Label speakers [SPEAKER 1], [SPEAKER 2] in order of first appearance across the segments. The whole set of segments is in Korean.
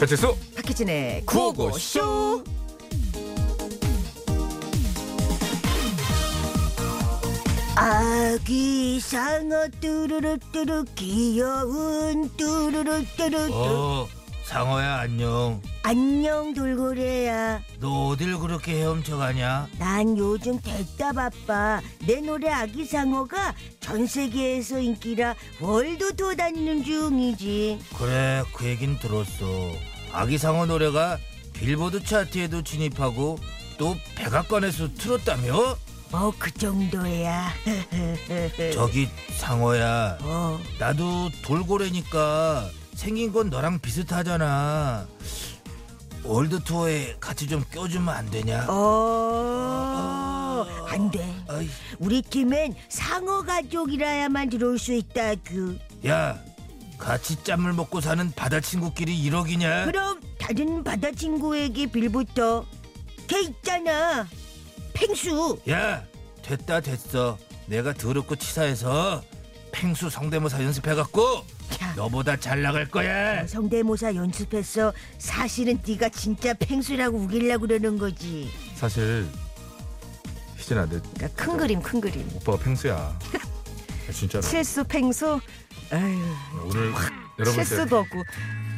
[SPEAKER 1] 배치수
[SPEAKER 2] 박희진의
[SPEAKER 1] 구호고쇼.
[SPEAKER 2] 구호고쇼. 아기 상어 뚜루루뚜루 귀여운 뚜루루뚜루
[SPEAKER 3] 어, 상어야 안녕.
[SPEAKER 2] 안녕 돌고래야
[SPEAKER 3] 너 어딜 그렇게 헤엄쳐 가냐?
[SPEAKER 2] 난 요즘 됐다 바빠 내 노래 아기 상어가 전 세계에서 인기라 월드 투어 다니는 중이지
[SPEAKER 3] 그래, 그 얘긴 들었어. 아기 상어 노래가 빌보드 차트에도 진입하고 또 백악관에서 틀었다며?
[SPEAKER 2] 뭐 그 정도야
[SPEAKER 3] 저기 상어야,
[SPEAKER 2] 어.
[SPEAKER 3] 나도 돌고래니까 생긴 건 너랑 비슷하잖아. 월드 투어에 같이 좀 껴주면 안 되냐?
[SPEAKER 2] 어, 안 돼.
[SPEAKER 3] 아이,
[SPEAKER 2] 우리 팀엔 상어 가족이라야만 들어올 수 있다, 그.
[SPEAKER 3] 야, 같이 짬을 먹고 사는 바다 친구끼리 이러기냐
[SPEAKER 2] 그럼 다른 바다 친구에게 빌부터. 걔 있잖아. 펭수.
[SPEAKER 3] 야 됐다 됐어 내가 더럽고 치사해서 팽수 성대모사 연습해갖고
[SPEAKER 2] 야.
[SPEAKER 3] 너보다 잘 나갈 거야
[SPEAKER 2] 성대모사 연습해서 사실은 네가 진짜 펭수라고 우기려고 그러는 거지.
[SPEAKER 1] 사실 희진아 내
[SPEAKER 2] 그러니까 큰 그림, 큰 그림.
[SPEAKER 1] 오빠가 펭수야 아, 진짜로
[SPEAKER 4] 실수 팽수 아유,
[SPEAKER 1] 오늘 여러분
[SPEAKER 4] 실수도 없고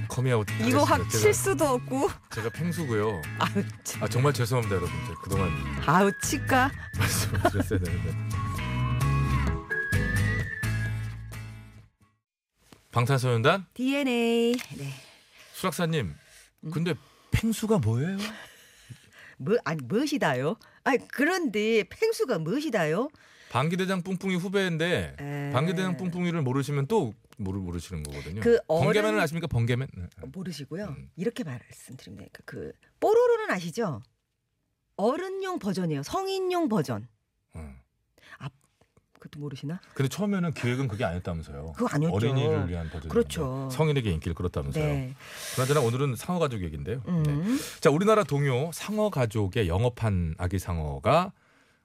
[SPEAKER 1] 커미아웃
[SPEAKER 4] 이거
[SPEAKER 1] 하겠습니다.
[SPEAKER 4] 확
[SPEAKER 1] 제가-
[SPEAKER 4] 실수도 없고
[SPEAKER 1] 제가 펭수고요
[SPEAKER 4] 아유 참.
[SPEAKER 1] 아 정말 죄송합니다 여러분 제가 그동안
[SPEAKER 4] 아우 치과
[SPEAKER 1] 말씀을 드렸어야 되는데 방탄소년단
[SPEAKER 4] DNA
[SPEAKER 2] 네.
[SPEAKER 1] 수락사님 근데 펭수가 뭐예요?
[SPEAKER 4] 뭐 아니 무엇이다요? 아 그런데 팽수가 무엇이다요?
[SPEAKER 1] 방귀대장 뿡뿡이 후배인데
[SPEAKER 4] 에.
[SPEAKER 1] 방귀대장 뿡뿡이를 모르시면 또 모르, 모르시는 거거든요.
[SPEAKER 4] 그
[SPEAKER 1] 번개맨을
[SPEAKER 4] 어른-
[SPEAKER 1] 아십니까? 번개맨. 네.
[SPEAKER 4] 모르시고요.
[SPEAKER 1] 음.
[SPEAKER 4] 이렇게 말씀드리면 되니까 그 뽀로로는 아시죠? 어른용 버전이에요. 성인용 버전. 아,
[SPEAKER 1] 어.
[SPEAKER 4] 그것도 모르시나?
[SPEAKER 1] 근데 처음에는 기획은 그게 아니었다면서요.
[SPEAKER 4] 그거 아니었죠.
[SPEAKER 1] 어린이를 위한 버전.
[SPEAKER 4] 그렇죠.
[SPEAKER 1] 성인에게 인기를 끌었다면서요.
[SPEAKER 4] 네.
[SPEAKER 1] 그나저나 오늘은 상어 가족 얘긴데요.
[SPEAKER 4] 음.
[SPEAKER 1] 네. 자, 우리나라 동요 상어 가족의 영업한 아기 상어가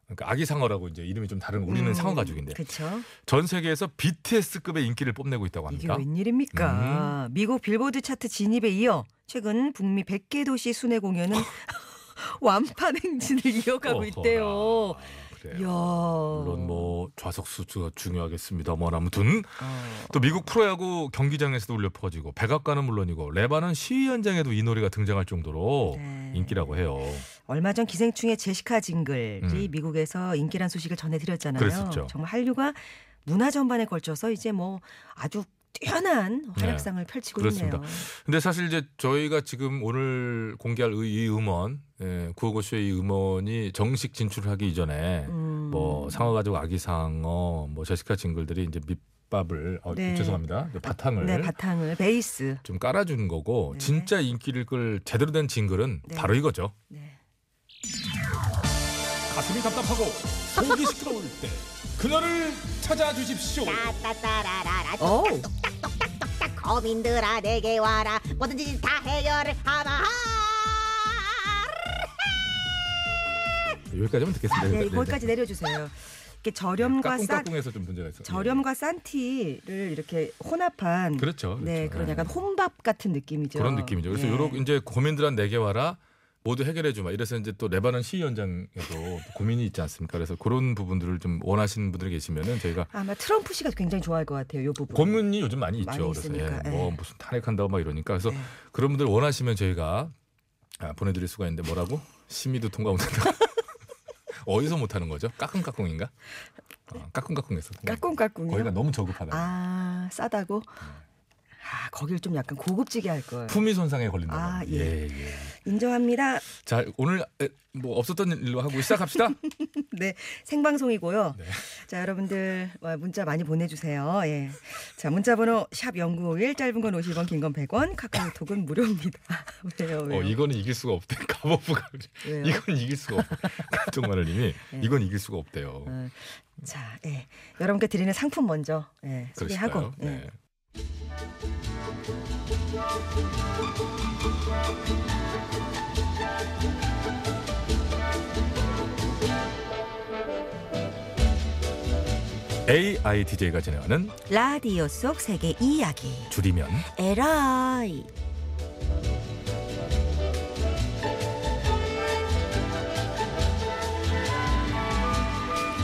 [SPEAKER 1] 그러니까 아기 상어라고 이제 이름이 좀 다른 우리는
[SPEAKER 4] 음,
[SPEAKER 1] 상어 가족인데
[SPEAKER 4] 그렇죠.
[SPEAKER 1] 전 세계에서 BTS급의 인기를 뽐내고 있다고
[SPEAKER 4] 이게
[SPEAKER 1] 합니다. 음.
[SPEAKER 4] 웬일입니까? 미국 빌보드 차트 진입에 이어 최근 북미 100개 도시 순회 공연은 완판 행진을 이어가고
[SPEAKER 1] 어허라.
[SPEAKER 4] 있대요.
[SPEAKER 1] 그래요.
[SPEAKER 4] 이야.
[SPEAKER 1] 물론 뭐 좌석 수가 중요하겠습니다만 뭐 아무튼
[SPEAKER 4] 어.
[SPEAKER 1] 또 미국 프로야구 경기장에서도 울려 퍼지고 백악관은 물론이고 레바논 시위 현장에도 이 노래가 등장할 정도로
[SPEAKER 4] 네.
[SPEAKER 1] 뭐 인기라고 해요.
[SPEAKER 4] 얼마 전 기생충의 제시카 징글이
[SPEAKER 1] 음.
[SPEAKER 4] 미국에서 인기란 소식을 전해드렸잖아요.
[SPEAKER 1] 그랬었죠.
[SPEAKER 4] 정말 한류가 문화 전반에 걸쳐서 이제 뭐 아주 뛰어난 활약상을 펼치고
[SPEAKER 1] 네. 그렇습니다.
[SPEAKER 4] 있네요.
[SPEAKER 1] 근데 사실 이제 저희가 지금 오늘 공개할 이 음원 예, 구호고쇼의 이 음원이 정식 진출하기 이전에
[SPEAKER 4] 음.
[SPEAKER 1] 뭐 상어 가족 아기 상어 뭐 제시카 징글들이 이제 밑밥을 어,
[SPEAKER 4] 네.
[SPEAKER 1] 죄송합니다 이제 바탕을
[SPEAKER 4] 네, 바탕을 베이스.
[SPEAKER 1] 좀 깔아준 거고
[SPEAKER 4] 네.
[SPEAKER 1] 진짜 인기를 끌 제대로 된 징글은
[SPEAKER 4] 네.
[SPEAKER 1] 바로 이거죠.
[SPEAKER 4] 네.
[SPEAKER 1] 가슴이 답답하고 속이 시끄러울 때 그녀를 찾아주십시오. 네,
[SPEAKER 5] 따따따라라라
[SPEAKER 4] 오,
[SPEAKER 5] 딱 고민들아 내게 와라 뭐든지 다 해결을 하마
[SPEAKER 1] 여기까지만 듣겠습니다.
[SPEAKER 4] 네, 거기까지 내려주세요.
[SPEAKER 1] 네,
[SPEAKER 4] 이렇게 저렴과 싼
[SPEAKER 1] 까꿍까꿍해서 좀 문제가 있어요.
[SPEAKER 4] 저렴과 싼티를 이렇게 혼합한
[SPEAKER 1] 그렇죠.
[SPEAKER 4] 네
[SPEAKER 1] 그렇죠.
[SPEAKER 4] 그런 약간 혼밥 같은 느낌이죠.
[SPEAKER 1] 그런 느낌이죠. 그래서
[SPEAKER 4] 네.
[SPEAKER 1] 요러 이제 고민들한 내게 와라 모두 해결해 주마. 이래서 이제 또 레바논 시위 현장에도 고민이 있지 않습니까? 그래서 그런 부분들을 좀 원하시는 분들이 계시면은 저희가
[SPEAKER 4] 아마 트럼프 씨가 굉장히 좋아할 것 같아요. 요 부분.
[SPEAKER 1] 고민이 요즘 많이 있죠.
[SPEAKER 4] 많이
[SPEAKER 1] 그래서
[SPEAKER 4] 있으니까,
[SPEAKER 1] 예, 뭐
[SPEAKER 4] 예.
[SPEAKER 1] 무슨 탄핵한다고 막 이러니까 그래서
[SPEAKER 4] 네.
[SPEAKER 1] 그런 분들 원하시면 저희가 아, 보내드릴 수가 있는데 뭐라고 심의도 통과 못한다. 어디서 못하는 거죠? 까꿍까꿍인가? 아, 까꿍까꿍에서
[SPEAKER 4] 까꿍까꿍이요?
[SPEAKER 1] 거기가 너무 저급하다. 네.
[SPEAKER 4] 아 싸다고. 아 거길 좀 약간 고급지게 할 걸.
[SPEAKER 1] 품위 손상에 걸린다.
[SPEAKER 4] 아,
[SPEAKER 1] 아, 예.
[SPEAKER 4] 예.
[SPEAKER 1] 예.
[SPEAKER 4] 인정합니다.
[SPEAKER 1] 자 오늘 에, 뭐 없었던 일로 하고 시작합시다.
[SPEAKER 4] 네 생방송이고요.
[SPEAKER 1] 네.
[SPEAKER 4] 자 여러분들 와, 문자 많이 보내주세요. 예. 자 문자번호 샵 #0951 짧은 건 50원, 긴 건 100원, 카카오톡은 무료입니다. 왜요? 왜요?
[SPEAKER 1] 어, 이거는 이길 수가 없대. 가보부가
[SPEAKER 4] 왜요? 네.
[SPEAKER 1] 이건 이길 수가 없대. 갑종마늘님이 이건 이길 수가 없대요.
[SPEAKER 4] 어, 자, 예. 여러분께 드리는 상품 먼저 예, 소개하고
[SPEAKER 1] 그러실까요?
[SPEAKER 4] 예.
[SPEAKER 1] 네. AI DJ가 진행하는
[SPEAKER 2] 라디오 속 세계 이야기.
[SPEAKER 1] 줄이면
[SPEAKER 2] 에라이.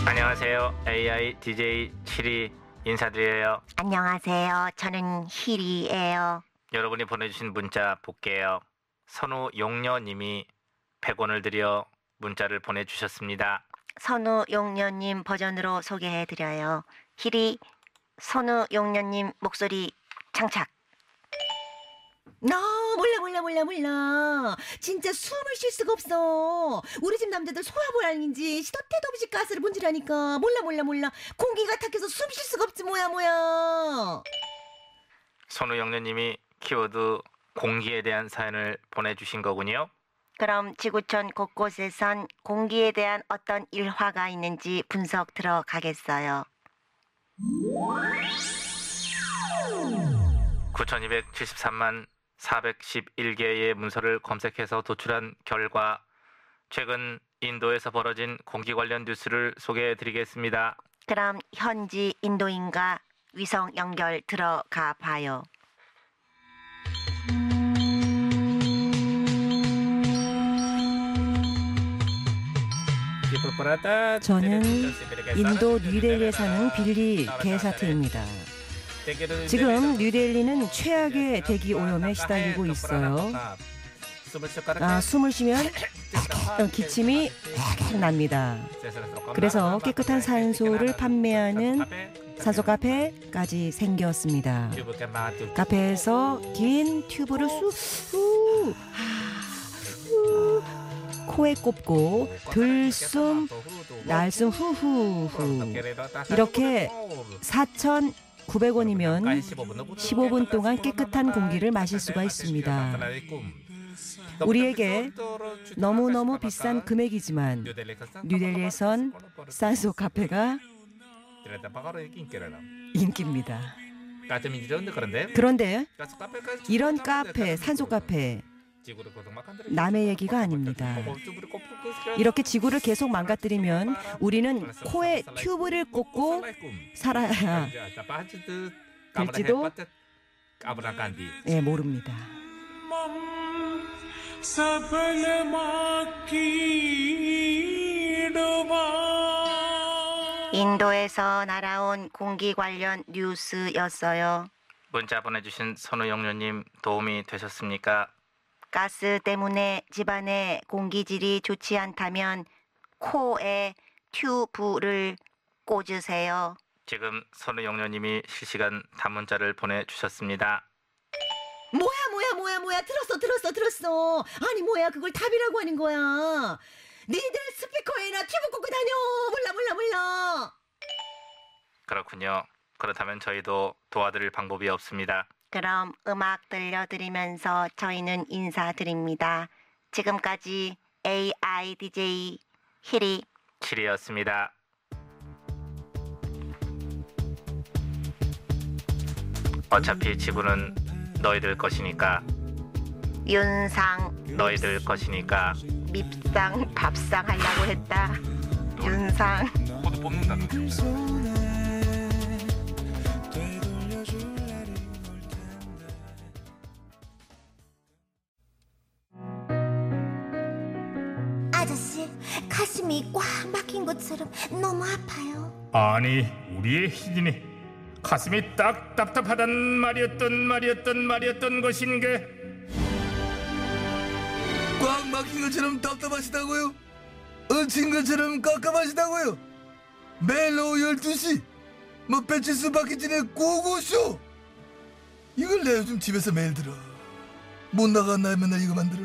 [SPEAKER 6] 안녕하세요. AI DJ 7이 인사드려요.
[SPEAKER 5] 안녕하세요. 저는 힐이에요.
[SPEAKER 6] 여러분이 보내주신 문자 볼게요. 선우 용녀님이 100원을 들여 문자를 보내주셨습니다.
[SPEAKER 5] 선우 용녀님 버전으로 소개해드려요. 힐이 선우 용녀님 목소리 장착.
[SPEAKER 7] 나 몰라 몰라 몰라 몰라 진짜 숨을 쉴 수가 없어 우리 집 남자들 소화불안인지 시도 때도 없이 가스를 분질하니까 몰라 몰라 몰라 공기가 탁해서 숨 쉴 수가 없지 뭐야 뭐야
[SPEAKER 6] 선우 용녀님이 키워드 공기에 대한 사연을 보내주신 거군요.
[SPEAKER 5] 그럼 지구촌 곳곳에선 공기에 대한 어떤 일화가 있는지 분석 들어가겠어요.
[SPEAKER 6] 9,273만 411개의 문서를 검색해서 도출한 결과 최근 인도에서 벌어진 공기 관련 뉴스를 소개해 드리겠습니다.
[SPEAKER 5] 그럼 현지 인도인과 위성 연결 들어가 봐요.
[SPEAKER 4] 저는 인도 뉴델리에 네, 사는 빌리 게사트입니다. 지금 뉴델리는 최악의 대기 오염에 시달리고 있어요. 아, 숨을 쉬면 기침이 납니다. 그래서 네, 깨끗한 산소를 판매하는 산소 카페까지 생겼습니다. 카페에서 긴 튜브를 쑥 후, 하, 후, 코에 꼽고 들숨 날숨 후후후 이렇게 4,900원이면 15분 동안 깨끗한 공기를 마실 수가 있습니다. 우리에게 너무너무 비싼 금액이지만 뉴델리에선 산소 카페가 인기입니다. 그런데 이런 카페, 산소 카페 남의
[SPEAKER 1] 어,
[SPEAKER 4] 얘기가 아닙니다. 이렇게 지구를 계속 망가뜨리면 우리는 코에 튜브를 꽂고 살아야 될지도 예, 모릅니다.
[SPEAKER 5] 인도에서 날아온 공기 관련 뉴스였어요.
[SPEAKER 6] 문자 보내주신 선우영녀님 도움이 되셨습니까?
[SPEAKER 5] 가스 때문에 집안의 공기질이 좋지 않다면 코에 튜브를 꽂으세요.
[SPEAKER 6] 지금 선우영녀님이 실시간 단문자를 보내주셨습니다.
[SPEAKER 7] 뭐야 뭐야 뭐야 뭐야 들었어 들었어 들었어 아니 뭐야 그걸 답이라고 하는 거야 니들 스피커에나 튜브 꽂고 다녀 몰라 몰라 몰라
[SPEAKER 6] 그렇군요. 그렇다면 저희도 도와드릴 방법이 없습니다.
[SPEAKER 5] 그럼 음악 들려드리면서 저희는 인사드립니다. 지금까지 AI DJ 히리
[SPEAKER 6] 7이었습니다. 어차피 지구는 너희들 것이니까
[SPEAKER 5] 윤상
[SPEAKER 6] 너희들 것이니까
[SPEAKER 5] 밉상 밥상 하려고 했다. 윤상
[SPEAKER 6] 코드 뽑는다.
[SPEAKER 8] 아저씨 가슴이 꽉 막힌 것처럼 너무 아파요.
[SPEAKER 9] 아니 우리의 희진이 가슴이 딱 답답하단 말이었던 말이었던 말이었던 것인게
[SPEAKER 3] 꽉 막힌 것처럼 답답하시다고요? 얹힌 것처럼 깝깝하시다고요? 매일 오후 12시 뭐 배치수 박희진의 고고쇼 이걸 내가 요즘 집에서 매일 들어 못 나간 날 맨날 이거 만들어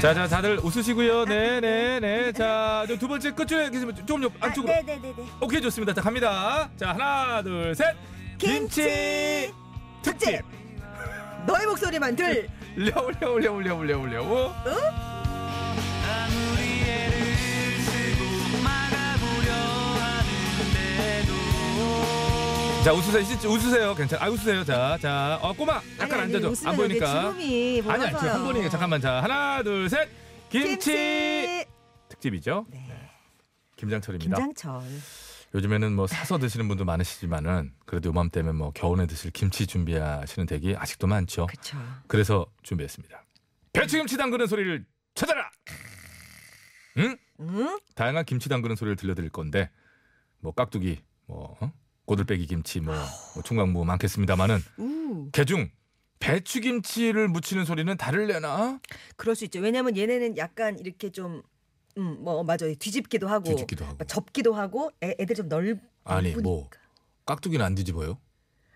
[SPEAKER 1] 자자 다들 웃으시고요. 네네네. 자두 번째 끝줄에 계시면 조금 옆
[SPEAKER 8] 아,
[SPEAKER 1] 안쪽으로.
[SPEAKER 8] 네네네네.
[SPEAKER 1] 오케이 좋습니다. 자 갑니다. 자 하나 둘 셋. 김치 특집.
[SPEAKER 4] 너의 목소리만 들.
[SPEAKER 1] 어? 려울려울려울려울려울려우.
[SPEAKER 10] 아무리
[SPEAKER 1] 자 웃으세요 진짜 웃으세요 괜찮아 아 웃으세요 자자 어, 꼬마
[SPEAKER 4] 아니,
[SPEAKER 1] 잠깐
[SPEAKER 4] 아니,
[SPEAKER 1] 앉아줘
[SPEAKER 4] 웃으면 내
[SPEAKER 1] 안 보이니까
[SPEAKER 4] 주름이
[SPEAKER 1] 아니 아니
[SPEAKER 4] 보여서요.
[SPEAKER 1] 한 번이에요 잠깐만 자 하나 둘 셋 김치.
[SPEAKER 4] 김치.
[SPEAKER 1] 특집이죠 네. 김장철입니다
[SPEAKER 4] 김장철.
[SPEAKER 1] 요즘에는 뭐 사서 드시는 분도 많으시지만은 그래도 요맘때면 뭐 겨울에 드실 김치 준비하시는 댁이 아직도 많죠
[SPEAKER 4] 그렇죠.
[SPEAKER 1] 그래서 준비했습니다 배추김치 담그는 소리를 찾아라 응?
[SPEAKER 4] 응?
[SPEAKER 1] 다양한 김치 담그는 소리를 들려드릴 건데 뭐 깍두기 뭐 어? 고들빼기 김치 뭐, 뭐 총각무 많겠습니다마는
[SPEAKER 4] 우.
[SPEAKER 1] 개중 배추김치를 무치는 소리는 다를 내나
[SPEAKER 4] 그럴 수 있죠. 왜냐면 얘네는 약간 이렇게 좀 음, 뭐 맞아. 뒤집기도 하고
[SPEAKER 1] 뒤집기도 하고
[SPEAKER 4] 막 접기도 하고 애, 애들이 좀 넓.
[SPEAKER 1] 아니
[SPEAKER 4] 넓으니까.
[SPEAKER 1] 뭐 깍두기는 안 뒤집어요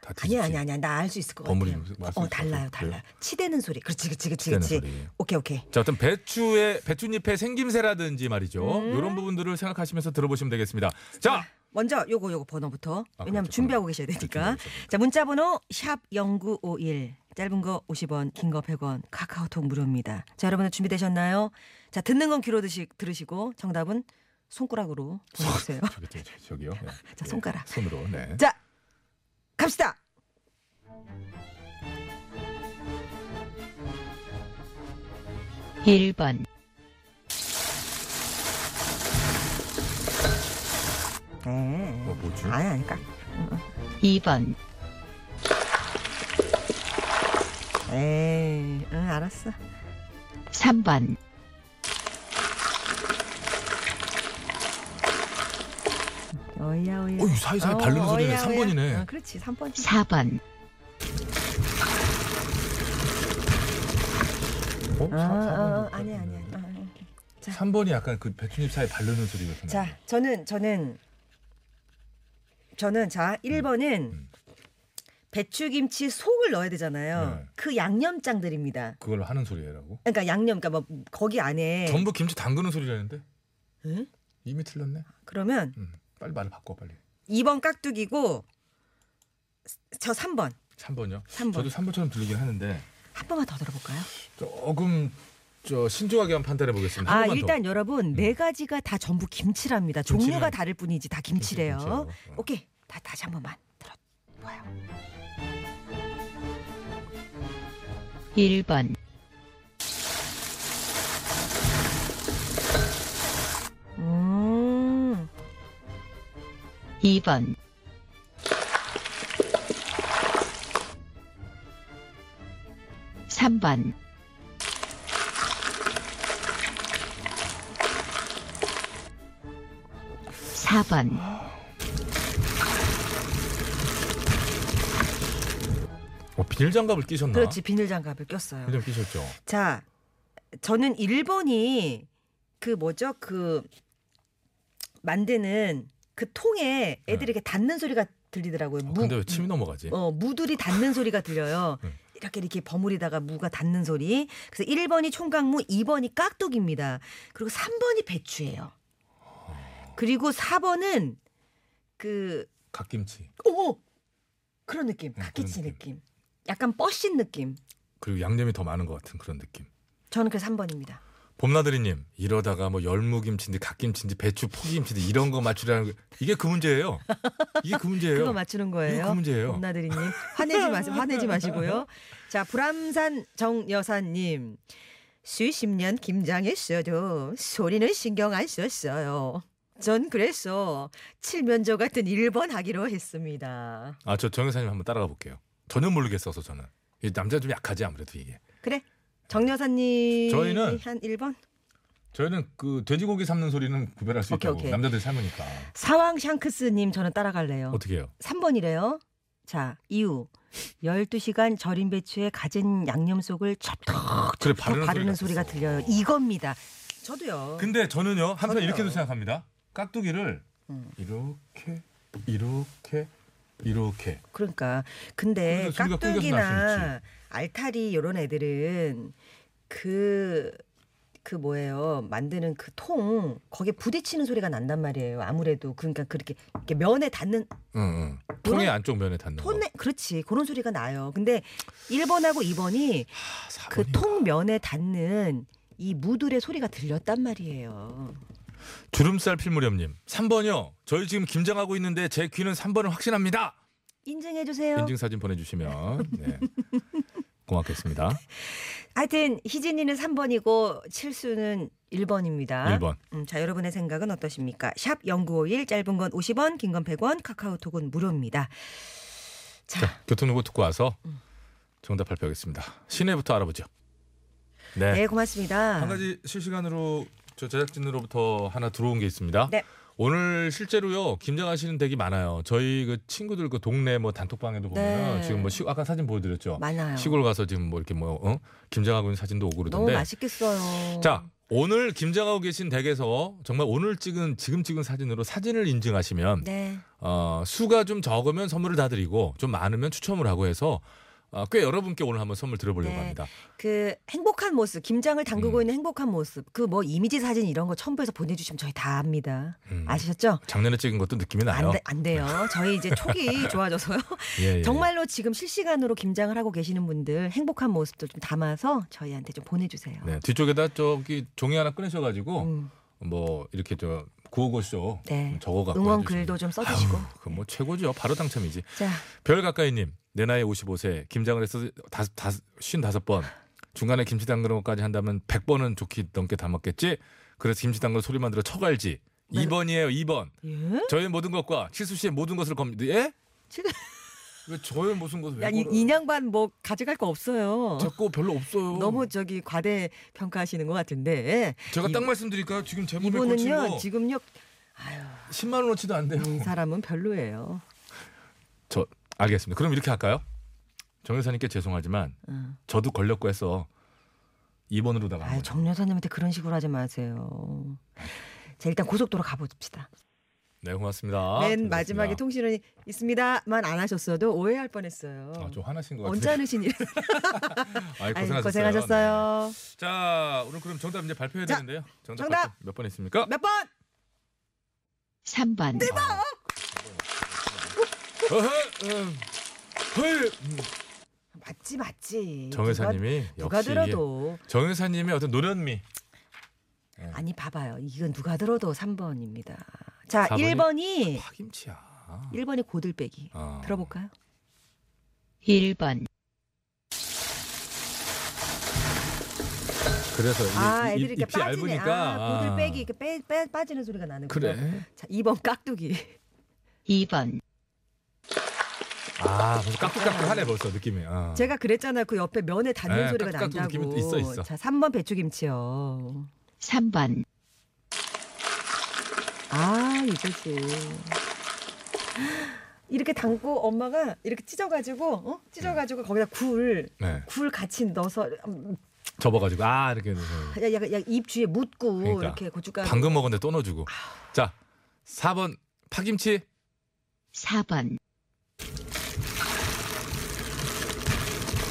[SPEAKER 1] 다 뒤집지
[SPEAKER 4] 아니야 아니야 아니야 나 알 수 있을 것
[SPEAKER 1] 버무리는
[SPEAKER 4] 같아요.
[SPEAKER 1] 말씀
[SPEAKER 4] 어 달라요
[SPEAKER 1] 그래요? 네.
[SPEAKER 4] 달라. 치대는 소리. 그렇지 그렇지 그렇지
[SPEAKER 1] 치대는
[SPEAKER 4] 그렇지.
[SPEAKER 1] 소리.
[SPEAKER 4] 오케이 오케이.
[SPEAKER 1] 자 어떤 배추의 배추잎의 생김새라든지 말이죠
[SPEAKER 4] 음.
[SPEAKER 1] 이런 부분들을 생각하시면서 들어보시면 되겠습니다
[SPEAKER 4] 네.
[SPEAKER 1] 자
[SPEAKER 4] 먼저 요거 요거 번호부터
[SPEAKER 1] 아,
[SPEAKER 4] 왜냐면
[SPEAKER 1] 그렇죠.
[SPEAKER 4] 준비하고
[SPEAKER 1] 번호.
[SPEAKER 4] 계셔야
[SPEAKER 1] 준비하고
[SPEAKER 4] 되니까
[SPEAKER 1] 계셔야 되니까.
[SPEAKER 4] 자 문자 번호 샵 0951 짧은 거 50원 긴 거 100원 카카오톡 무료입니다 자 여러분들 준비되셨나요 자 듣는 건 귀로 드시, 들으시고 정답은 손가락으로 보내주세요
[SPEAKER 1] 저기, 저기, 저기, 저기요 네.
[SPEAKER 4] 자,
[SPEAKER 1] 예,
[SPEAKER 4] 손가락.
[SPEAKER 1] 손으로 네
[SPEAKER 4] 자 갑시다
[SPEAKER 1] 어, 뭐지
[SPEAKER 4] 아니 아니까
[SPEAKER 5] 2번,
[SPEAKER 4] 에이 응 알았어
[SPEAKER 5] 3번,
[SPEAKER 4] 어이야 어이야
[SPEAKER 1] 어이 사이사이 바르는 소리네
[SPEAKER 4] 어이야,
[SPEAKER 1] 삼
[SPEAKER 4] 어이야.
[SPEAKER 1] 번이네
[SPEAKER 4] 어, 그렇지 3번이지
[SPEAKER 5] 4번,
[SPEAKER 1] 어?
[SPEAKER 4] 어, 어, 어, 아니 아니 아니
[SPEAKER 1] 음. 3번이 약간 그 배추잎 사이 바르는 소리 같은
[SPEAKER 4] 자, 저는 저는 저는 자, 1번은
[SPEAKER 1] 음.
[SPEAKER 4] 배추김치 속을 넣어야 되잖아요.
[SPEAKER 1] 네.
[SPEAKER 4] 그 양념장들입니다.
[SPEAKER 1] 그걸로 하는 소리라고?
[SPEAKER 4] 그러니까 양념 그러니까 뭐 거기 안에
[SPEAKER 1] 전부 김치 담그는 소리라는데?
[SPEAKER 4] 응?
[SPEAKER 1] 이미 틀렸네.
[SPEAKER 4] 그러면
[SPEAKER 1] 음, 빨리 말을 바꿔 빨리.
[SPEAKER 4] 2번 깍두기고 저 3번.
[SPEAKER 1] 3번요.
[SPEAKER 4] 3번.
[SPEAKER 1] 저도 3번처럼 들리긴 하는데
[SPEAKER 4] 한 번만 더 들어볼까요?
[SPEAKER 1] 조금 저 신중하게 한번 판단해 보겠습니다. 한
[SPEAKER 4] 아,
[SPEAKER 1] 번만 음.
[SPEAKER 4] 일단 여러분 네 가지가 다 전부 김치랍니다.
[SPEAKER 1] 김치는-
[SPEAKER 4] 종류가 다를 뿐이지 다 김치래요.
[SPEAKER 1] 김치, 김치예요. 어.
[SPEAKER 4] 오케이. 다, 다시 한 번만 들어.
[SPEAKER 5] 1번,
[SPEAKER 4] 음.
[SPEAKER 1] 뭐?
[SPEAKER 5] 2번, 삼번 4번,
[SPEAKER 1] 더. 어, 비닐 장갑을 끼셨나?
[SPEAKER 4] 그렇지. 비닐 장갑을 꼈어요.
[SPEAKER 1] 비닐 끼셨죠.
[SPEAKER 4] 자, 저는 1번이 그 뭐죠? 그 만드는 그 통에 애들이 이렇게 닿는 소리가 들리더라고요.
[SPEAKER 1] 네. 어,
[SPEAKER 4] 무,
[SPEAKER 1] 근데 왜 침이 넘어가지?
[SPEAKER 4] 어, 무들이 닿는 소리가 들려요.
[SPEAKER 1] 음.
[SPEAKER 4] 이렇게 이렇게 버무리다가 무가 닿는 소리. 그래서 1번이 총각무, 2번이 깍두기입니다. 그리고 3번이 배추예요. 그리고 4번은 그
[SPEAKER 1] 갓김치
[SPEAKER 4] 오! 그런 느낌.
[SPEAKER 1] 음, 그런
[SPEAKER 4] 갓김치
[SPEAKER 1] 느낌.
[SPEAKER 4] 느낌. 약간 뻗신 느낌.
[SPEAKER 1] 그리고 양념이 더 많은 것 같은 그런 느낌.
[SPEAKER 4] 저는 그래서 3번입니다.
[SPEAKER 1] 봄나들이님 이러다가 뭐 열무김치인지 갓김치인지 배추 포기김치인지 이런 거 맞추라는 거 이게 그 문제예요. 이게 그 문제예요.
[SPEAKER 4] 그거 맞추는 거예요.
[SPEAKER 1] 이거 그 문제예요.
[SPEAKER 4] 봄나들이님 화내지 마세요. 화내지 마시고요. 자 불암산 정여사님 수십 년 김장했어도 소리는 신경 안 썼어요. 전 그래서 칠면조 같은 1번 하기로 했습니다.
[SPEAKER 1] 아 저 정여사님 한번 따라가 볼게요. 전혀 모르겠어서 저는 이 남자 좀 약하지 아무래도 이게.
[SPEAKER 4] 그래 정여사님
[SPEAKER 1] 저희는
[SPEAKER 4] 한 1번
[SPEAKER 1] 저희는 그 돼지고기 삶는 소리는 구별할 수
[SPEAKER 4] 오케이, 어.
[SPEAKER 1] 있다고
[SPEAKER 4] 오케이.
[SPEAKER 1] 남자들 삶으니까
[SPEAKER 4] 사왕 샹크스님 저는 따라갈래요.
[SPEAKER 1] 어떻게 해요?
[SPEAKER 4] 3번이래요. 자 이유 12시간 절인 배추에 가진 양념 속을 찹떡
[SPEAKER 1] 그래
[SPEAKER 4] 바르는, 바르는 소리가,
[SPEAKER 1] 났었어.
[SPEAKER 4] 들려요. 이겁니다. 저도요.
[SPEAKER 1] 근데 저는요 한편
[SPEAKER 4] 저도요. 음.
[SPEAKER 1] 이렇게도 생각합니다. 깍두기를 이렇게 이렇게 이렇게
[SPEAKER 4] 그러니까 근데
[SPEAKER 1] 그래서 소리가 끊겨서 날수
[SPEAKER 4] 깍두기나 알타리 이런 애들은 그 그 뭐예요 만드는 그 통 거기에 부딪히는 소리가 난단 말이에요 아무래도 그러니까 그렇게 이렇게 면에 닿는
[SPEAKER 1] 응, 응. 통의 안쪽 면에 닿는 거.
[SPEAKER 4] 톤에 그렇지 그런 소리가 나요 근데 1번하고 2번이
[SPEAKER 1] 아, 사번이-
[SPEAKER 4] 그 통 면에 닿는 이 무들의 소리가 들렸단 말이에요
[SPEAKER 1] 주름살 필무렵님 3번이요. 저희 지금 김장하고 있는데 제 귀는 3번을 확신합니다.
[SPEAKER 7] 인증해 주세요.
[SPEAKER 1] 인증 사진 보내주시면 네. 고맙겠습니다.
[SPEAKER 4] 하여튼 희진이는 3번이고 칠수는 1번입니다.
[SPEAKER 1] 1번.
[SPEAKER 4] 음, 자 여러분의 생각은 어떠십니까? 샵 0951 짧은 건 50원 긴 건 100원 카카오톡은 무료입니다. 자,
[SPEAKER 1] 자, 교통정보 듣고 와서
[SPEAKER 4] 음.
[SPEAKER 1] 정답 발표하겠습니다. 시내부터 알아보죠.
[SPEAKER 4] 네,
[SPEAKER 1] 네.
[SPEAKER 4] 고맙습니다.
[SPEAKER 1] 한 가지 실시간으로 저 제작진으로부터 하나 들어온 게 있습니다.
[SPEAKER 4] 네.
[SPEAKER 1] 오늘 실제로요 김장하시는 댁이 많아요. 저희 그 친구들 그 동네 뭐 단톡방에도 보면
[SPEAKER 4] 네.
[SPEAKER 1] 은 지금 뭐 시, 아까 사진 보여드렸죠.
[SPEAKER 4] 많아요.
[SPEAKER 1] 시골 가서 지금 뭐 이렇게 뭐 어? 김장하고 있는 사진도 오고
[SPEAKER 4] 너무
[SPEAKER 1] 그러던데.
[SPEAKER 4] 맛있겠어요.
[SPEAKER 1] 자 오늘 김장하고 계신 댁에서 정말 오늘 찍은 지금 찍은 사진으로 사진을 인증하시면
[SPEAKER 4] 네.
[SPEAKER 1] 어, 수가 좀 적으면 선물을 다 드리고 좀 많으면 추첨을 하고 해서 어, 꽤 여러분께 오늘 한번 선물 드려보려고
[SPEAKER 4] 네.
[SPEAKER 1] 합니다.
[SPEAKER 4] 그 행복한 모습, 김장을 담그고
[SPEAKER 1] 음.
[SPEAKER 4] 있는 행복한 모습, 그 뭐 이미지 사진 이런 거 첨부해서 보내주시면 저희 다 압니다.
[SPEAKER 1] 음,
[SPEAKER 4] 아셨죠?
[SPEAKER 1] 작년에 찍은 것도 느낌이 나요.
[SPEAKER 4] 안, 돼, 안 돼요. 저희 이제 촉이 좋아져서요.
[SPEAKER 1] 예, 예.
[SPEAKER 4] 정말로 지금 실시간으로 김장을 하고 계시는 분들 행복한 모습도 좀 담아서 저희한테 좀 보내주세요.
[SPEAKER 1] 네, 뒤쪽에다 저기 종이 하나 꺼내셔가지고
[SPEAKER 4] 음,
[SPEAKER 1] 뭐 이렇게 저 구호고쇼
[SPEAKER 4] 네.
[SPEAKER 1] 적어갖고
[SPEAKER 4] 응원
[SPEAKER 1] 해주시면.
[SPEAKER 4] 글도 좀 써주시고.
[SPEAKER 1] 그뭐 최고죠. 바로 당첨이지.
[SPEAKER 4] 자,
[SPEAKER 1] 별 가까이님 내 나이 55세 김장을 해서 다섯 다섯 쉰 다섯 번 중간에 김치 담그는 것까지 한다면 100번은 좋게 넘게 담았겠지. 그래서 김치 담그는 소리만 들어 쳐갈지.
[SPEAKER 4] 네.
[SPEAKER 1] 2번이에요. 2번.
[SPEAKER 4] 예?
[SPEAKER 1] 저의 모든 것과 칠수 씨의 모든 것을 겁니다. 예?
[SPEAKER 4] 칠-
[SPEAKER 1] 왜 저의 모든 것을 왜
[SPEAKER 4] 야, 이,
[SPEAKER 1] 걸어요?
[SPEAKER 4] 인양반 뭐 가져갈 거 없어요.
[SPEAKER 1] 자꾸 별로 없어요.
[SPEAKER 4] 너무 저기 과대 평가하시는 것 같은데
[SPEAKER 1] 제가
[SPEAKER 4] 이-
[SPEAKER 1] 딱 말씀드릴까요? 지금 제 몸에
[SPEAKER 4] 이분은요
[SPEAKER 1] 꽂히고
[SPEAKER 4] 지금요
[SPEAKER 1] 10만 원어치도 안 돼요.
[SPEAKER 4] 이 사람은 별로예요.
[SPEAKER 1] 저 알겠습니다. 그럼 이렇게 할까요? 정 여사님께 죄송하지만
[SPEAKER 4] 응.
[SPEAKER 1] 저도 걸렸고 해서 2번으로
[SPEAKER 4] 어. 아유
[SPEAKER 1] 나가요.
[SPEAKER 4] 정 여사님한테 그런 식으로 하지 마세요. 자 일단 고속도로 가봅시다.
[SPEAKER 1] 네, 고맙습니다.
[SPEAKER 4] 맨 마지막에 통신원이 있습니다만 안 하셨어도 오해할 뻔했어요.
[SPEAKER 1] 아, 좀 화나신 것 같아요.
[SPEAKER 4] 언짢으신 일.
[SPEAKER 1] 아이,
[SPEAKER 4] 아유,
[SPEAKER 1] 고생하셨어요.
[SPEAKER 4] 고생하셨어요.
[SPEAKER 1] 네. 자, 오늘 그럼 정답 이제 발표해야
[SPEAKER 4] 자,
[SPEAKER 1] 되는데요. 정답,
[SPEAKER 4] 정답!
[SPEAKER 1] 몇번 있습니까?
[SPEAKER 4] 몇 번?
[SPEAKER 10] 3번,
[SPEAKER 1] 어허, 음, 헐. 음.
[SPEAKER 4] 맞지 맞지.
[SPEAKER 1] 정 여사님이
[SPEAKER 4] 누가, 누가
[SPEAKER 1] 역시
[SPEAKER 4] 들어도
[SPEAKER 1] 정 여사님의 어떤 노련미.
[SPEAKER 4] 아니 봐봐요. 이건 누가 들어도 3번입니다. 자,
[SPEAKER 1] 4번이 아,
[SPEAKER 4] 1번이
[SPEAKER 1] 파김치야.
[SPEAKER 4] 1번이 고들빼기.
[SPEAKER 1] 어.
[SPEAKER 4] 들어볼까요?
[SPEAKER 10] 1번,
[SPEAKER 1] 그래서 이게
[SPEAKER 4] 아,
[SPEAKER 1] 이- 이-
[SPEAKER 4] 애들이 이렇게
[SPEAKER 1] 잎이
[SPEAKER 4] 빠지네.
[SPEAKER 1] 얇으니까.
[SPEAKER 4] 아, 고들빼기 이렇게 빼, 빼 빠지는 소리가 나는 거
[SPEAKER 1] 그래.
[SPEAKER 4] 자, 2번 깍두기.
[SPEAKER 10] 2번,
[SPEAKER 1] 아, 벌써 깍둑깍둑하네 벌써 느낌이. 아.
[SPEAKER 4] 제가 그랬잖아요. 그 옆에 면에 닿는
[SPEAKER 1] 네,
[SPEAKER 4] 소리가
[SPEAKER 1] 깍둑깍둑
[SPEAKER 4] 난다고.
[SPEAKER 1] 느낌이 있어, 있어.
[SPEAKER 4] 자, 3번 배추김치요.
[SPEAKER 10] 3번,
[SPEAKER 4] 아, 이거지. 이렇게 담고 엄마가 이렇게 찢어가지고, 어? 찢어가지고 거기다 굴,
[SPEAKER 1] 네.
[SPEAKER 4] 굴 같이 넣어서 음,
[SPEAKER 1] 접어가지고 아 이렇게 해서.
[SPEAKER 4] 야, 야, 야, 입 주위에 묻고
[SPEAKER 1] 그러니까.
[SPEAKER 4] 이렇게 고춧가루.
[SPEAKER 1] 방금 먹었는데 또 넣어주고. 자, 4번 파김치.
[SPEAKER 10] 4번,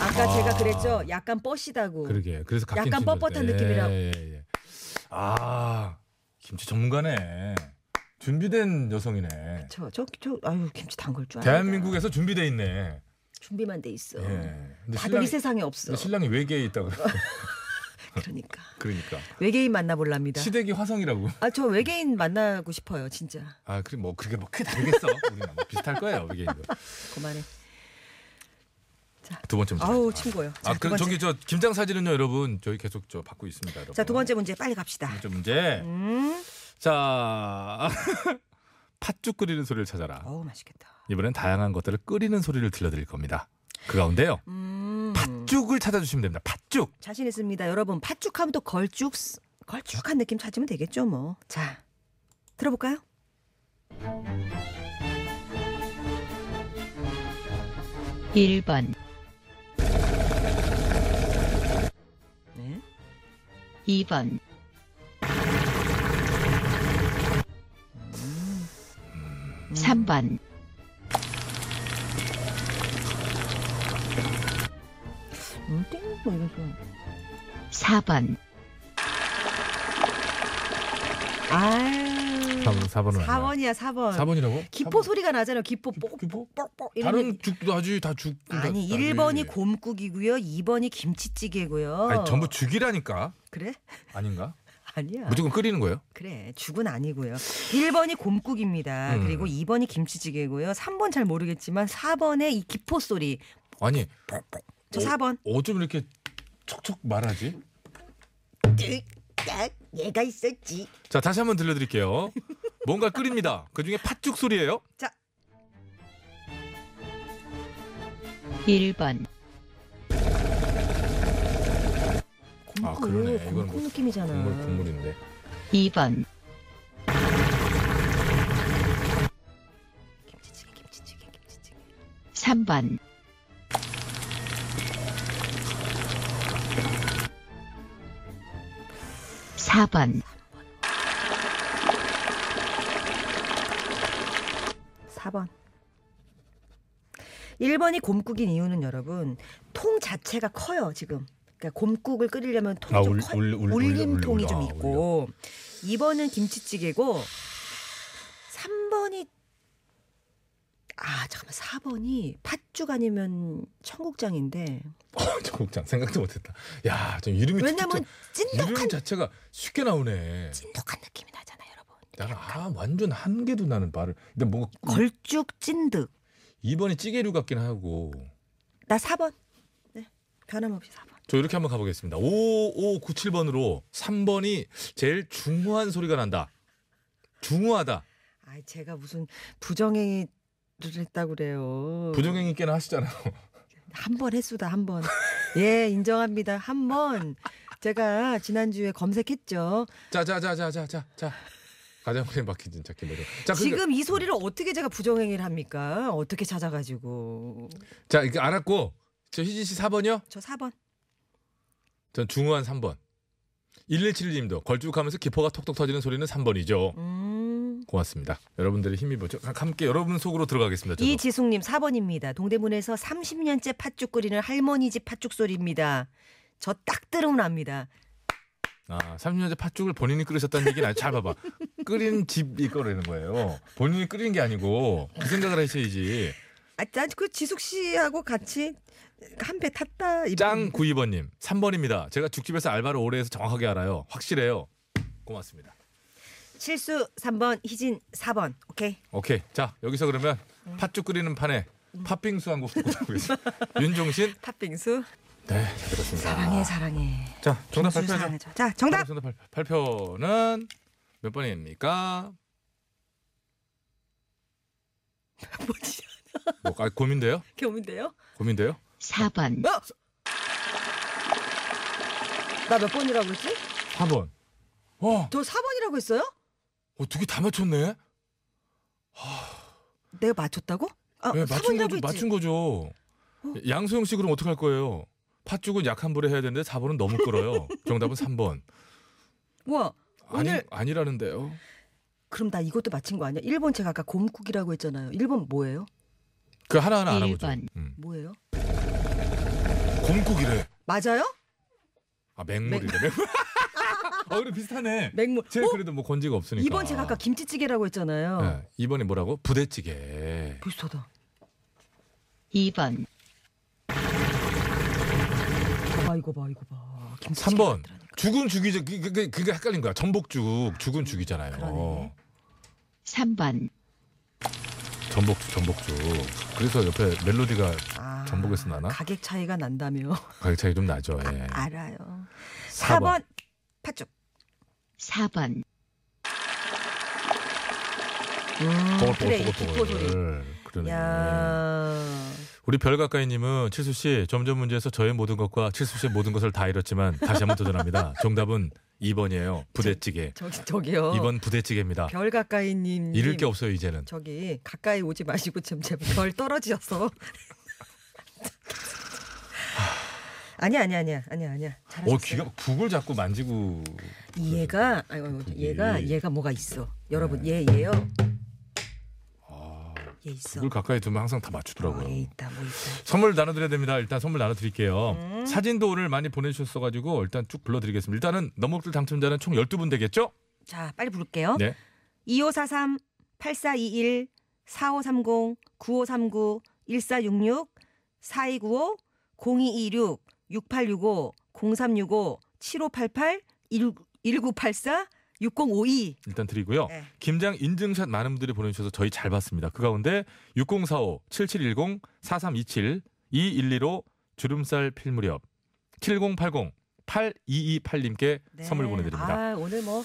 [SPEAKER 4] 아까
[SPEAKER 1] 아.
[SPEAKER 4] 제가 그랬죠. 약간 뻗시다고.
[SPEAKER 1] 그러게. 그래서 갓
[SPEAKER 4] 약간
[SPEAKER 1] 김치인데.
[SPEAKER 4] 뻣뻣한 느낌이라고.
[SPEAKER 1] 예, 예, 예. 아, 김치 전문가네. 준비된 여성이네.
[SPEAKER 4] 저, 저, 저, 아유 김치 담글 줄 알아.
[SPEAKER 1] 대한민국에서 준비돼 있네.
[SPEAKER 4] 준비만 돼 있어.
[SPEAKER 1] 예. 근데
[SPEAKER 4] 다들
[SPEAKER 1] 신랑이,
[SPEAKER 4] 이 세상에 없어.
[SPEAKER 1] 근데 신랑이 외계에 있다 그래.
[SPEAKER 4] 그러니까
[SPEAKER 1] 그러니까
[SPEAKER 4] 외계인 만나볼랍니다.
[SPEAKER 1] 시댁이 화성이라고.
[SPEAKER 4] 아, 저 외계인 만나고 싶어요, 진짜.
[SPEAKER 1] 아, 그래 뭐 그게 뭐 크게 다르겠어. 우리는 뭐 비슷할 거예요, 외계인도.
[SPEAKER 4] 그만해.
[SPEAKER 1] 두 번째 문제.
[SPEAKER 4] 아우
[SPEAKER 1] 아.
[SPEAKER 4] 친구요. 자,
[SPEAKER 1] 아,
[SPEAKER 4] 두
[SPEAKER 1] 그럼
[SPEAKER 4] 번째.
[SPEAKER 1] 저기 저 김장 사진은요, 여러분 저희 계속 저 받고 있습니다, 여러분.
[SPEAKER 4] 자, 두 번째 문제 빨리 갑시다.
[SPEAKER 1] 두 번째 문제.
[SPEAKER 4] 음.
[SPEAKER 1] 자, 팥죽 끓이는 소리를 찾아라.
[SPEAKER 4] 어우, 맛있겠다.
[SPEAKER 1] 이번엔 다양한 것들을 끓이는 소리를 들려드릴 겁니다. 그 가운데요,
[SPEAKER 4] 음.
[SPEAKER 1] 팥죽을 찾아주시면 됩니다. 팥죽.
[SPEAKER 4] 자신 있습니다. 여러분, 팥죽하면 또 걸쭉 걸쭉한 느낌 찾으면 되겠죠, 뭐. 자. 들어볼까요?
[SPEAKER 10] 일번
[SPEAKER 4] 네.
[SPEAKER 10] 2번,
[SPEAKER 4] 음.
[SPEAKER 10] 3번,
[SPEAKER 4] 음, 띵. 뭐 이런 좀.
[SPEAKER 10] 4번,
[SPEAKER 4] 아유.
[SPEAKER 1] 4번은
[SPEAKER 4] 4번이야, 4번.
[SPEAKER 1] 4번이라고?
[SPEAKER 4] 기포 소리가 나잖아요. 기포 뽁
[SPEAKER 1] 기포?
[SPEAKER 4] 뽁뽁 이런
[SPEAKER 1] 다른 죽도 하지 다 죽. 그러니까
[SPEAKER 4] 아니, 1번이 곰국이고요. 2번이 김치찌개고요.
[SPEAKER 1] 아니, 전부 죽이라니까.
[SPEAKER 4] 그래?
[SPEAKER 1] 아닌가?
[SPEAKER 4] 아니야.
[SPEAKER 1] 무조건 끓이는 거예요?
[SPEAKER 4] 그래 죽은 아니고요. 1번이 곰국입니다.
[SPEAKER 1] 음.
[SPEAKER 4] 그리고 2번이 김치찌개고요. 3번 잘 모르겠지만 4번에 이 기포 소리.
[SPEAKER 1] 아니
[SPEAKER 4] 저 4번.
[SPEAKER 1] 어쩜 이렇게 척척 말하지?
[SPEAKER 2] 딱 얘가 있었지.
[SPEAKER 1] 자 다시 한번 들려드릴게요. 뭔가 끓입니다. 그 중에 팥죽 소리예요.
[SPEAKER 10] 1번
[SPEAKER 1] 아 그러네. 이건
[SPEAKER 4] 곰국
[SPEAKER 1] 뭐
[SPEAKER 4] 느낌이잖아.
[SPEAKER 1] 국물 국물인데.
[SPEAKER 10] 2번
[SPEAKER 4] 김치찌개 김치찌개 김치찌개.
[SPEAKER 10] 3번 4번
[SPEAKER 4] 4번. 1번이 곰국인 이유는 여러분 통 자체가 커요 지금. 그러니까 곰국을 끓이려면 통이
[SPEAKER 1] 아,
[SPEAKER 4] 좀
[SPEAKER 1] 울-
[SPEAKER 4] 커.
[SPEAKER 1] 울- 울-
[SPEAKER 4] 울림
[SPEAKER 1] 울려,
[SPEAKER 4] 통이
[SPEAKER 1] 울려.
[SPEAKER 4] 좀
[SPEAKER 1] 아,
[SPEAKER 4] 있고. 2번은 김치찌개고 3번이 아 잠깐만 4번이 팥죽 아니면 청국장인데
[SPEAKER 1] 어, 청국장 생각도 못했다. 야 좀 이름이
[SPEAKER 4] 왜냐면
[SPEAKER 1] 음, 진짜,
[SPEAKER 4] 찐득한
[SPEAKER 1] 이름 자체가 쉽게 나오네.
[SPEAKER 4] 찐득한 느낌이 나잖아요 여러분.
[SPEAKER 1] 나는 아 완전 한 개도 나는 말을. 근데 뭔가
[SPEAKER 4] 걸쭉 찐득.
[SPEAKER 1] 이번이 찌개류 같긴 하고.
[SPEAKER 4] 나 4번. 네 변함없이 4번.
[SPEAKER 1] 저 이렇게 한번 가보겠습니다. 5597번으로 3번이 제일 중후한 소리가 난다. 중후하다.
[SPEAKER 4] 아, 제가 무슨 부정행위를 했다고 그래요.
[SPEAKER 1] 부정행위 꽤나 하시잖아요.
[SPEAKER 4] 한번 했수다 한 번. 예, 인정합니다. 한 번. 제가 지난주에 검색했죠.
[SPEAKER 1] 자자자자자자 자. 가장 많이 박힌 찾기 노력. 자, 그러니까-
[SPEAKER 4] 지금 이 소리를 어떻게 제가 부정행위를 합니까? 어떻게 찾아가지고.
[SPEAKER 1] 자, 이렇게 알았고. 저 희진 씨 4번이요?
[SPEAKER 4] 저 4번.
[SPEAKER 1] 전 중후한 3번. 1171님도 걸쭉하면서 기포가 톡톡 터지는 소리는 3번이죠.
[SPEAKER 4] 음.
[SPEAKER 1] 고맙습니다. 여러분들의 힘입어죠. 함께 여러분 속으로 들어가겠습니다. 저도.
[SPEAKER 4] 이지숙님 4번입니다. 동대문에서 30년째 팥죽 끓이는 할머니 집 팥죽 소리입니다. 저 딱 들으면 압니다.
[SPEAKER 1] 아, 30년째 팥죽을 본인이 끓이셨다는 얘기는 아니, 잘 봐봐. 끓인 집이 거라는 거예요. 본인이 끓인 게 아니고 그 생각을 하셔야지.
[SPEAKER 4] 아, 난그 지숙 씨하고 같이 한 배 탔다. 이런-
[SPEAKER 1] 짱 92번님, 3번입니다. 제가 죽집에서 알바를 오래 해서 정확하게 알아요. 확실해요. 고맙습니다.
[SPEAKER 4] 실수 3번, 희진 4번. 오케이.
[SPEAKER 1] 오케이. 자, 여기서 그러면 팥죽 끓이는 판에 팥빙수 한곡 듣고 오겠습니다. 윤종신.
[SPEAKER 4] 팥빙수.
[SPEAKER 1] 네, 잘 들었습니다.
[SPEAKER 4] 사랑해 사랑해.
[SPEAKER 1] 자, 정답
[SPEAKER 4] 빙수
[SPEAKER 1] 발표하죠.
[SPEAKER 4] 사랑해줘. 자, 정답.
[SPEAKER 1] 정답 발- 발표는 몇 번입니까?
[SPEAKER 4] 뭐지?
[SPEAKER 1] 뭐, 아, 고민돼요?
[SPEAKER 4] 겨운데요?
[SPEAKER 1] 고민돼요?
[SPEAKER 10] 4번
[SPEAKER 4] 나 몇 번이라고 했지?
[SPEAKER 1] 4번. 어,
[SPEAKER 4] 저 4번이라고 했어요?
[SPEAKER 1] 어떻게 다 맞췄네?
[SPEAKER 4] 내가 맞췄다고? 아,
[SPEAKER 1] 네, 맞춘
[SPEAKER 4] 4번이라고
[SPEAKER 1] 거죠.
[SPEAKER 4] 했지. 어?
[SPEAKER 1] 맞춘 거죠. 양소영 씨 그럼 어떻게 할 거예요? 팥죽은 약한 불에 해야 되는데 4번은 너무 끓어요. 정답은 3번.
[SPEAKER 4] 우와.
[SPEAKER 1] 아니
[SPEAKER 4] 오늘-
[SPEAKER 1] 아니라는데요.
[SPEAKER 4] 그럼 나 이것도 맞힌 거 아니야? 1번 제가 아까 곰국이라고 했잖아요. 1번 뭐예요?
[SPEAKER 1] 그 하나 하나 알아보죠.
[SPEAKER 10] 1번.
[SPEAKER 1] 음.
[SPEAKER 4] 뭐예요?
[SPEAKER 1] 곰국이래.
[SPEAKER 4] 맞아요?
[SPEAKER 1] 아 맹물이래. 맹물. 아 그래 비슷하네.
[SPEAKER 4] 맹물.
[SPEAKER 1] 제가
[SPEAKER 4] 어?
[SPEAKER 1] 그래도 뭐 건지가 없으니까.
[SPEAKER 4] 2번 제가 아까 김치찌개라고 했잖아요.
[SPEAKER 1] 네, 2번이 뭐라고? 부대찌개.
[SPEAKER 4] 비슷하다.
[SPEAKER 10] 2번
[SPEAKER 4] 이거 봐 이거 봐 이거 봐. 김치찌개
[SPEAKER 1] 3번
[SPEAKER 4] 만들어내.
[SPEAKER 1] 죽은 죽이죠. 그- 그- 그- 그게 헷갈린 거야. 전복죽 죽은 죽이잖아요.
[SPEAKER 4] 그러네.
[SPEAKER 10] 3번
[SPEAKER 1] 전복죽 전복죽. 그래서 옆에 멜로디가
[SPEAKER 4] 아,
[SPEAKER 1] 전복에서 나나?
[SPEAKER 4] 가격 차이가 난다며.
[SPEAKER 1] 가격 차이 좀 나죠. 예.
[SPEAKER 4] 알아요.
[SPEAKER 1] 사
[SPEAKER 4] 4번. 팥죽.
[SPEAKER 10] 4번
[SPEAKER 1] 보글
[SPEAKER 4] 그래,
[SPEAKER 1] 보글
[SPEAKER 4] 이
[SPEAKER 1] 보글
[SPEAKER 4] 기포 소리.
[SPEAKER 1] 보글. 그러네.
[SPEAKER 4] 야.
[SPEAKER 1] 우리 별 가까이님은 칠수 씨 점점 문제에서 저의 모든 것과 칠수 씨의 모든 것을 다 잃었지만 다시 한번 도전합니다. 정답은 2번이에요. 부대찌개.
[SPEAKER 4] 저기 저기요.
[SPEAKER 1] 2번 부대찌개입니다.
[SPEAKER 4] 별 가까이님.
[SPEAKER 1] 잃을 게 없어요 이제는.
[SPEAKER 4] 저기 가까이 오지 마시고 지금 제별 떨어지셔서. 아니야 아니야 아니야 아니야 아니야. 잘하셨어요.
[SPEAKER 1] 어 귀가 북을 자꾸 만지고.
[SPEAKER 4] 얘가 아이고, 아이고
[SPEAKER 1] 북이.
[SPEAKER 4] 얘가 얘가 뭐가 있어. 여러분
[SPEAKER 1] 네.
[SPEAKER 4] 얘 얘요.
[SPEAKER 1] 아.
[SPEAKER 4] 얘 있어.
[SPEAKER 1] 북을 가까이 두면 항상 다
[SPEAKER 4] 어, 얘
[SPEAKER 1] 맞추더라고요.
[SPEAKER 4] 있다 뭐 있다.
[SPEAKER 1] 선물 나눠드려야 됩니다. 일단 선물 나눠드릴게요. 사진도 오늘 많이 보내주셨어가지고 일단 쭉 불러드리겠습니다. 일단은 넘목들 당첨자는 총 12분 되겠죠?
[SPEAKER 4] 자 빨리 부를게요.
[SPEAKER 1] 네.
[SPEAKER 4] 2543 8421 4530 9539 1466 4295 0226 6865 0365 7588 16 1984 6052.
[SPEAKER 1] 일단 드리고요.
[SPEAKER 4] 네.
[SPEAKER 1] 김장 인증샷 많은 분들이 보내주셔서 저희 잘 봤습니다. 그 가운데 6045, 7710, 4327, 2115 주름살 필무렵, 7080, 8228님께 네. 선물 보내드립니다.
[SPEAKER 4] 아, 오늘 뭐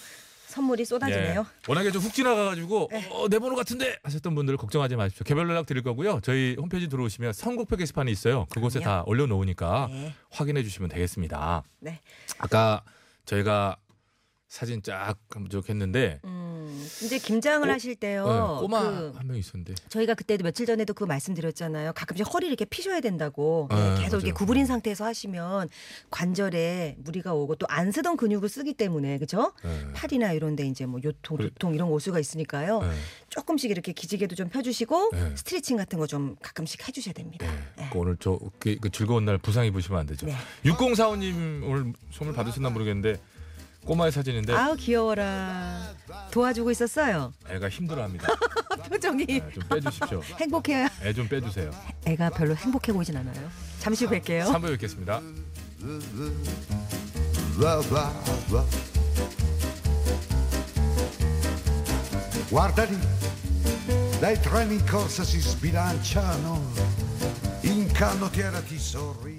[SPEAKER 4] 선물이 쏟아지네요. 네.
[SPEAKER 1] 예. 워낙에 좀 훅 지나가가지고 어, 내 번호 같은데 하셨던 분들 걱정하지 마십시오. 개별 연락 드릴 거고요. 저희 홈페이지 들어오시면 선곡표 게시판이 있어요. 그곳에 다 올려놓으니까 확인해 주시면 되겠습니다.
[SPEAKER 4] 네.
[SPEAKER 1] 아까 저희가 사진 쫙 감독했는데
[SPEAKER 4] 음, 이제 김장을
[SPEAKER 1] 어?
[SPEAKER 4] 하실 때요.
[SPEAKER 1] 네, 꼬마
[SPEAKER 4] 그
[SPEAKER 1] 한 명 있었는데
[SPEAKER 4] 저희가 그때도 며칠 전에도 그 말씀드렸잖아요. 가끔씩 허리를 이렇게 피셔야 된다고.
[SPEAKER 1] 네,
[SPEAKER 4] 계속 이렇게
[SPEAKER 1] 맞아요.
[SPEAKER 4] 구부린 상태에서 하시면 관절에 무리가 오고 또 안 쓰던 근육을 쓰기 때문에 그죠?
[SPEAKER 1] 네.
[SPEAKER 4] 팔이나 이런 데 이제 뭐 요통,
[SPEAKER 1] 그래.
[SPEAKER 4] 두통 이런 거 올 수가 있으니까요.
[SPEAKER 1] 네.
[SPEAKER 4] 조금씩 이렇게 기지개도 좀 펴주시고
[SPEAKER 1] 네.
[SPEAKER 4] 스트레칭 같은 거 좀 가끔씩 해주셔야 됩니다.
[SPEAKER 1] 그 오늘 저 그, 그 즐거운 날 부상 입으시면 안 되죠.
[SPEAKER 4] 예. 네.
[SPEAKER 1] 6045님 오늘 선물 받으셨나 모르겠는데 꼬마의 사진인데
[SPEAKER 4] 아우 귀여워라. 도와주고 있었어요.
[SPEAKER 1] 애가 힘들어합니다.
[SPEAKER 4] 표정이
[SPEAKER 1] 네, 좀 빼주십시오.
[SPEAKER 4] 행복해요.
[SPEAKER 1] 애 좀 빼주세요.
[SPEAKER 4] 애가 별로 행복해 보이진 않아요. 잠시 후 뵐게요.
[SPEAKER 1] 3부에 뵙겠습니다.
[SPEAKER 11] Guarda lì, dai treni in corsa si sbilanciano, in canottiera ti sorride.